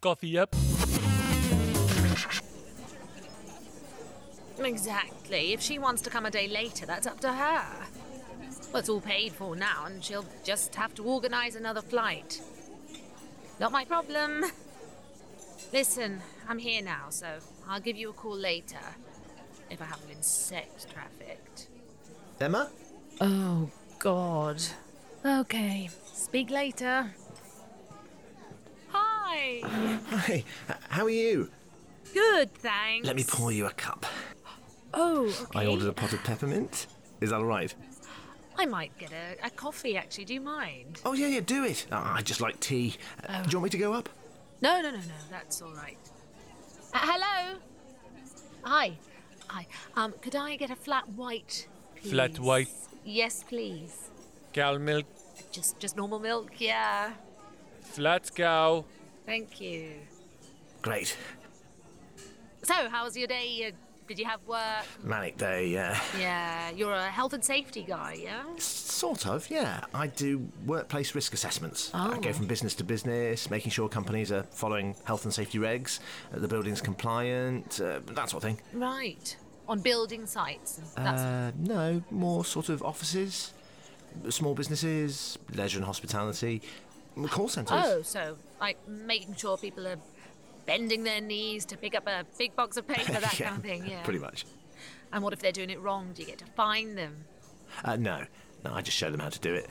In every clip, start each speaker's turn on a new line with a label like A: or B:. A: coffee up.
B: Exactly. If she wants to come a day later, that's up to her. Well, it's all paid for now, and she'll just have to organise another flight. Not my problem. Listen, I'm here now, so I'll give you a call later. If I haven't been sex trafficked.
C: Emma?
B: Oh, God. Okay, speak later. Hi!
C: Hi, h- how are you?
B: Good, thanks.
C: Let me pour you a cup.
B: Oh, okay.
C: I ordered a pot of peppermint. Is that all right?
B: I might get a, a coffee, actually. Do you mind?
C: Oh, yeah, yeah, do it. Oh, I just like tea. Uh, Do you want me to go up?
B: No, no, no, no. That's all right. Uh, hello. Hi. Hi. Um, could I get a flat white? Please?
A: Flat white.
B: Yes, please.
A: Cow milk.
B: Just, just normal milk. Yeah.
A: Flat cow.
B: Thank you.
C: Great.
B: So, how was your day? Uh, did you have work?
C: Manic day, uh,
B: Yeah. You're a health and safety guy, yeah.
C: Sort of, yeah. I do workplace risk assessments. I go
B: Oh.
C: from business to business, making sure companies are following health and safety regs, uh, the building's compliant, uh, that sort of thing.
B: Right. On building sites. and That's
C: Uh, no, more sort of offices, small businesses, leisure and hospitality, call centres.
B: Oh, so like making sure people are bending their knees to pick up a big box of paper, that
C: Yeah,
B: kind of thing. Yeah.
C: Pretty much.
B: And what if they're doing it wrong? Do you get to fine them?
C: Uh, no, no, I just show them how to do it.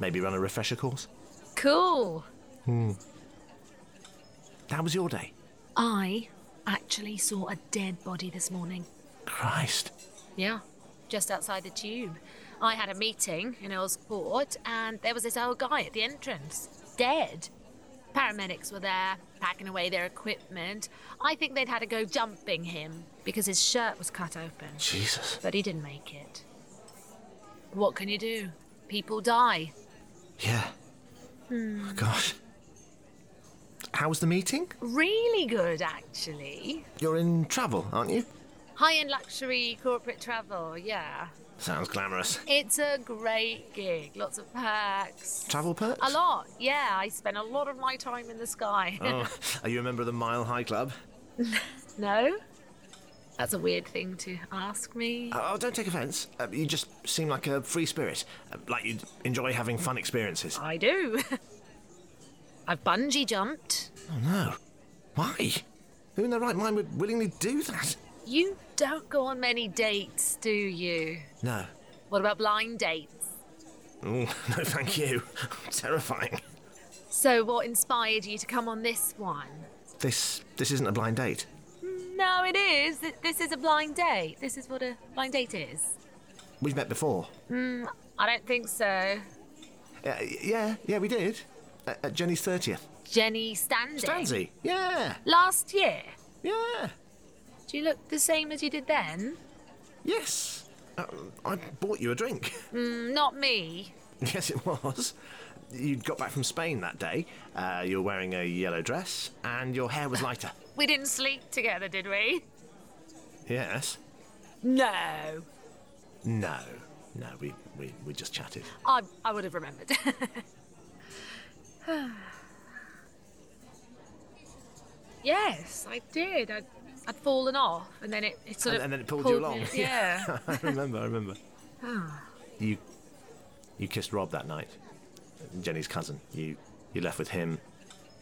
C: Maybe run a refresher course.
B: Cool.
C: That was your day.
B: I actually saw a dead body this morning.
C: Christ.
B: Yeah, just outside the tube. I had a meeting in Earl's Court, and there was this old guy at the entrance, dead. Paramedics were there, packing away their equipment. I think they'd had to go jumping him because his shirt was cut open.
C: Jesus.
B: But he didn't make it. What can you do? People die.
C: Yeah.
B: Hmm.
C: Oh, Gosh. How was the meeting?
B: Really good, actually.
C: You're in travel, aren't you?
B: High end luxury corporate travel, yeah.
C: Sounds glamorous.
B: It's a great gig. Lots of perks.
C: Travel perks?
B: A lot, yeah. I spend a lot of my time in the sky.
C: Oh, are you a member of the Mile High Club?
B: no? That's a weird thing to ask me.
C: Oh, don't take offence. Uh, you just seem like a free spirit, uh, like you'd enjoy having fun experiences.
B: I do. I've bungee jumped.
C: Oh no. Why? Who in their right mind would willingly do that?
B: You don't go on many dates, do you?
C: No.
B: What about blind dates?
C: Ooh, no, thank you. Terrifying.
B: So, what inspired you to come on this one?
C: This this isn't a blind date.
B: No, it is. Th- This is a blind date. This is what a blind date is.
C: We've met before.
B: I don't think so.
C: Uh, yeah, yeah, we did. At, at Jenny's thirtieth.
B: Jenny Standing.
C: Stanzi. Yeah,
B: Last year.
C: yeah,
B: Do you look the same as you did then?
C: yes. Uh, I bought you a drink.
B: Mm, Not me.
C: yes, it was. You'd got back from Spain that day. Uh, you were wearing a yellow dress, and your hair was lighter.
B: We didn't sleep together, did we?
C: yes.
B: No.
C: No. No, we, we, we just chatted.
B: I, I would have remembered. yes, I did. I'd, I'd fallen off, and then it, it sort
C: And,
B: of.
C: and then it pulled you
B: me-
C: along.
B: yeah.
C: I remember, I remember. You you kissed Rob that night. Jenny's cousin. You you left with him.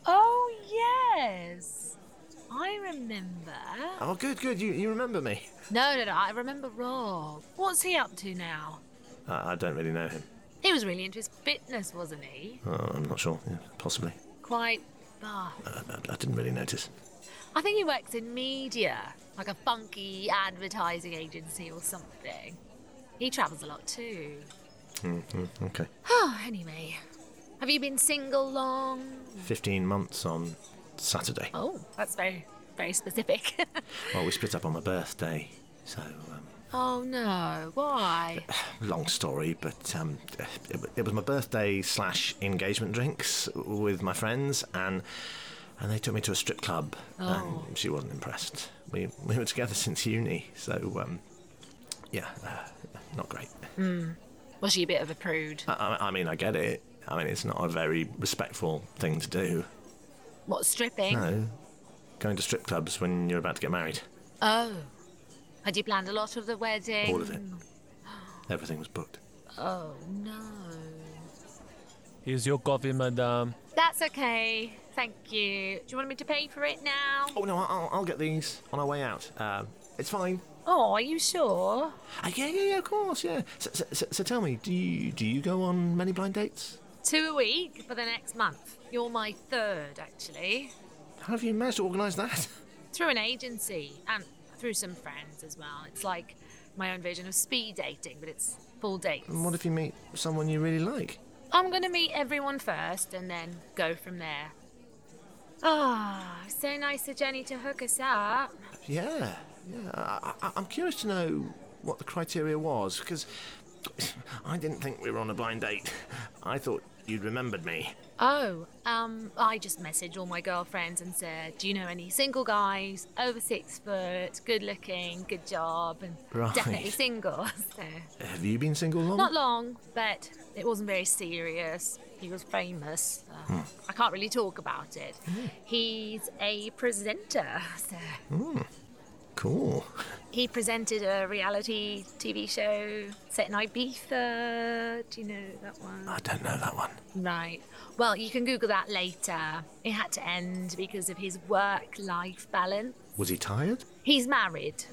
B: Oh, yes. I remember.
C: Oh good, good, you, you remember me.
B: No, no, no. I remember Rob. What's he up to now?
C: I I don't really know him.
B: He was really into his fitness, wasn't he?
C: Oh, I'm not sure. Yeah, possibly.
B: Quite buff.
C: I, I- I didn't really notice.
B: I think he works in media, like a funky advertising agency or something. He travels a lot too.
C: Okay.
B: Oh, anyway. Have you been single long?
C: Fifteen months on Saturday.
B: Oh, that's very, very specific.
C: Well, we split up on my birthday, so um,
B: oh no, why?
C: long story, but um, it, w- it was my birthday slash engagement drinks with my friends, and and they took me to a strip club,
B: Oh.
C: and she wasn't impressed. We we were together since uni, so um, yeah, uh, not great.
B: Was she a bit of a prude?
C: I- I, I mean, I get it. I mean, it's not a very respectful thing to do.
B: What, stripping?
C: No. Going to strip clubs when you're about to get married.
B: Oh. Had you planned a lot of the wedding?
C: All of it. Everything was booked.
B: Oh, no.
A: Here's your coffee, madame.
B: That's okay. Thank you. Do you want me to pay for it now?
C: Oh, no, I- I'll, I'll get these on our way out. Um, it's fine.
B: Oh, are you sure?
C: Uh, yeah, yeah, yeah, of course, yeah. So, so, so, so tell me, do you, do you go on many blind dates?
B: Two a week for the next month. You're my third, actually.
C: How have you managed to organise that?
B: Through an agency and through some friends as well. It's like my own version of speed dating, but it's full dates.
C: And what if you meet someone you really like?
B: I'm going to meet everyone first and then go from there. Ah, so nice of Jenny to hook us up.
C: Yeah, yeah. I, I, I'm curious to know what the criteria was because I didn't think we were on a blind date. I thought you'd remembered me.
B: Oh, um, I just messaged all my girlfriends and said, "Do you know any single guys over six foot, good looking, good job, and
C: Right.
B: definitely single?" So
C: Have you been single long?
B: not long, but it wasn't very serious. He was famous. Uh, I can't really talk about it. He's a presenter. So
C: cool.
B: he presented a reality TV show set in Ibiza. Do you know that one?
C: I don't know that one.
B: Right. Well, you can Google that later. It had to end because of his work life balance.
C: Was he tired?
B: He's married.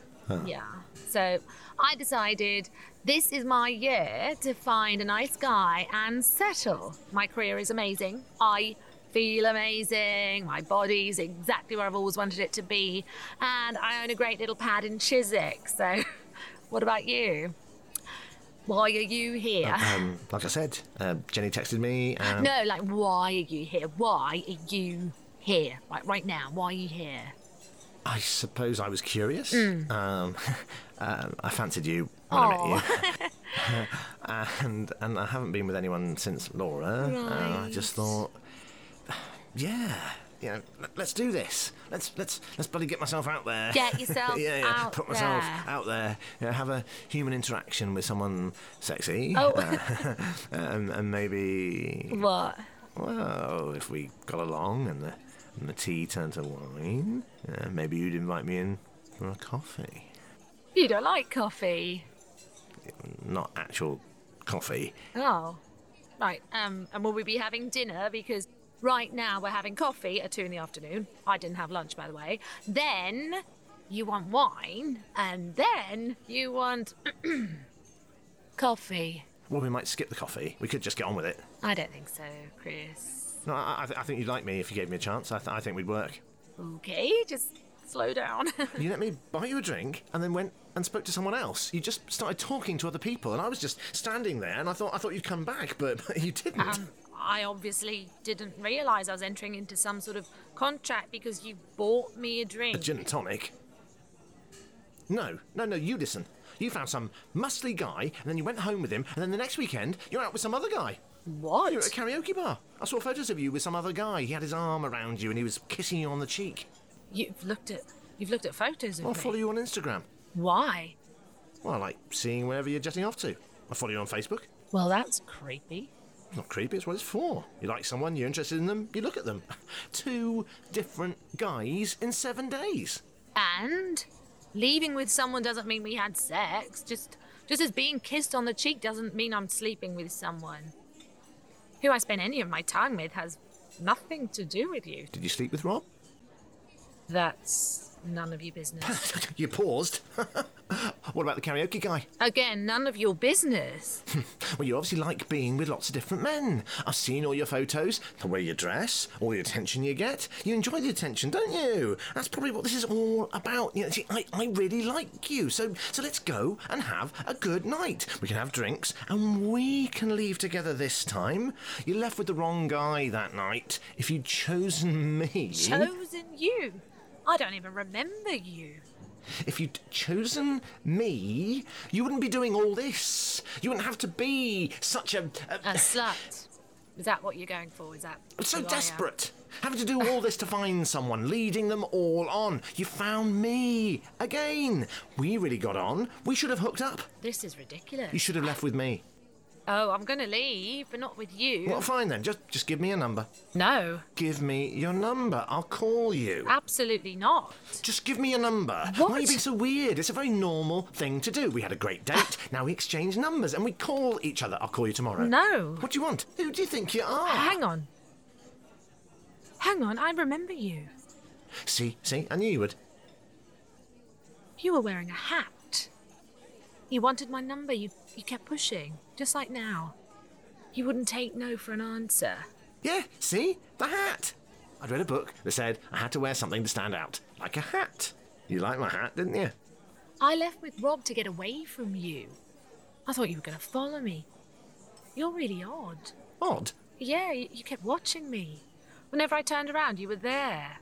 B: Yeah. So I decided this is my year to find a nice guy and settle. My career is amazing. I feel amazing. My body's exactly where I've always wanted it to be. And I own a great little pad in Chiswick. So what about you? Why are you here?
C: Um, like I said, uh, Jenny texted me and
B: No, like, why are you here? Why are you here? Like, right now, why are you here?
C: I suppose I was curious.
B: Mm.
C: Um, um, I fancied you when I met you. and and I haven't been with anyone since Laura. And I just thought, yeah, you know, let- let's do this. Let's let's let's bloody get myself out there.
B: Get yourself
C: yeah, yeah,
B: out
C: put myself
B: there.
C: out there. You know, have a human interaction with someone sexy.
B: Oh.
C: Uh, and, and maybe
B: What?
C: well, if we got along and the, and the tea turned to wine, uh, maybe you'd invite me in for a coffee.
B: You don't like coffee.
C: Not actual coffee.
B: Oh. Right, um, and will we be having dinner? Because right now we're having coffee at two in the afternoon. I didn't have lunch, by the way. Then you want wine, and then you want coffee.
C: Well, we might skip the coffee. We could just get on with it.
B: I don't think so, Chris.
C: No, I, I, th- I think you'd like me if you gave me a chance. I, th- I think we'd work.
B: Okay, just slow down.
C: You let me buy you a drink and then went and spoke to someone else. You just started talking to other people, and I was just standing there, and I thought I thought you'd come back, but, but you didn't.
B: Um, I obviously didn't realise I was entering into some sort of contract because you bought me a
C: A
B: drink.
C: gin and tonic? No, no, no, you listen. You found some muscly guy, and then you went home with him, and then the next weekend, you're out with some other guy.
B: what?
C: You're at a karaoke bar. I saw photos of you with some other guy. He had his arm around you, and he was kissing you on the cheek.
B: You've looked at you've looked at photos of
C: I
B: me.
C: follow you on Instagram.
B: Why?
C: Well, I like seeing wherever you're jetting off to. I follow you on Facebook.
B: Well, that's creepy.
C: It's not creepy, it's what it's for. You like someone, you're interested in them, you look at them. Two different guys in seven days.
B: And leaving with someone doesn't mean we had sex. Just just as being kissed on the cheek doesn't mean I'm sleeping with someone. Who I spend any of my time with has nothing to do with you.
C: Did you sleep with Rob?
B: That's none of your business.
C: you paused. what about the karaoke guy?
B: Again, none of your business.
C: Well, you obviously like being with lots of different men. I've seen all your photos, the way you dress, all the attention you get. You enjoy the attention, don't you? That's probably what this is all about. You know, see, I, I really like you, so so let's go and have a good night. We can have drinks and we can leave together this time. You left with the wrong guy that night. If you'd chosen me,
B: chosen you. I don't even remember you.
C: if you'd chosen me, you wouldn't be doing all this. You wouldn't have to be such a- a
B: A slut. Is that what you're going for? Is that
C: So
B: who I am?
C: desperate. Having to do all this to find someone, leading them all on. You found me. Again. We really got on. We should have hooked up.
B: This is ridiculous.
C: You should have left with me.
B: Oh, I'm going to leave, but not with you.
C: Well, fine then. Just just give me your number.
B: No,
C: Give me your number. I'll call you.
B: absolutely not.
C: Just give me your number. Why are you
B: What?
C: being so weird? It's a very normal thing to do. We had a great date. now we exchange numbers and we call each other. I'll call you tomorrow.
B: No.
C: What do you want? Who do you think you are?
B: Hang on. Hang on, I remember you.
C: See, see, I knew you would.
B: You were wearing a hat. You wanted my number. You, you kept pushing, just like now. You wouldn't take no for an answer.
C: Yeah, see? The hat. I'd read a book that said I had to wear something to stand out, like a hat. You liked my hat, didn't you?
B: I left with Rob to get away from you. I thought you were going to follow me. You're really odd.
C: Odd.
B: Yeah, you, you kept watching me. Whenever I turned around, you were there,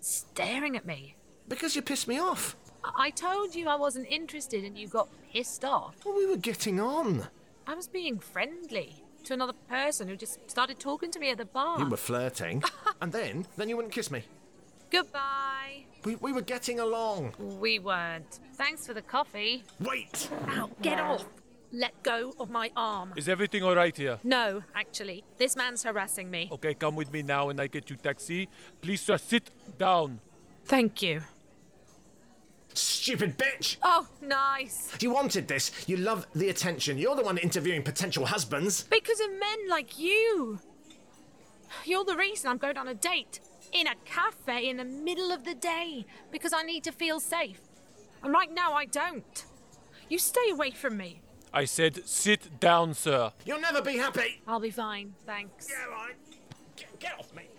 B: staring at me.
C: Because you pissed me off.
B: I, I told you I wasn't interested, and you got pissed off.
C: Well, we were getting on.
B: I was being friendly to another person who just started talking to me at the bar.
C: You were flirting. and then, then you wouldn't kiss me.
B: Goodbye.
C: We, we were getting along.
B: We weren't. Thanks for the coffee.
C: Wait!
B: Ow, get off. Let go of my arm.
A: Is everything all right here?
B: No, actually, this man's harassing me.
C: Oh.
A: Okay, come with me now and I get you taxi. Please just sit down.
B: Thank you.
C: Stupid bitch!
B: Oh, nice.
C: You wanted this. You love the attention. You're the one interviewing potential husbands.
B: Because of men like you. You're the reason I'm going on a date in a cafe in the middle of the day because I need to feel safe. And right now I don't. You stay away from me.
A: I said, sit down, sir.
C: You'll never be happy.
B: I'll be fine, thanks.
C: Yeah, right. Get, get off me.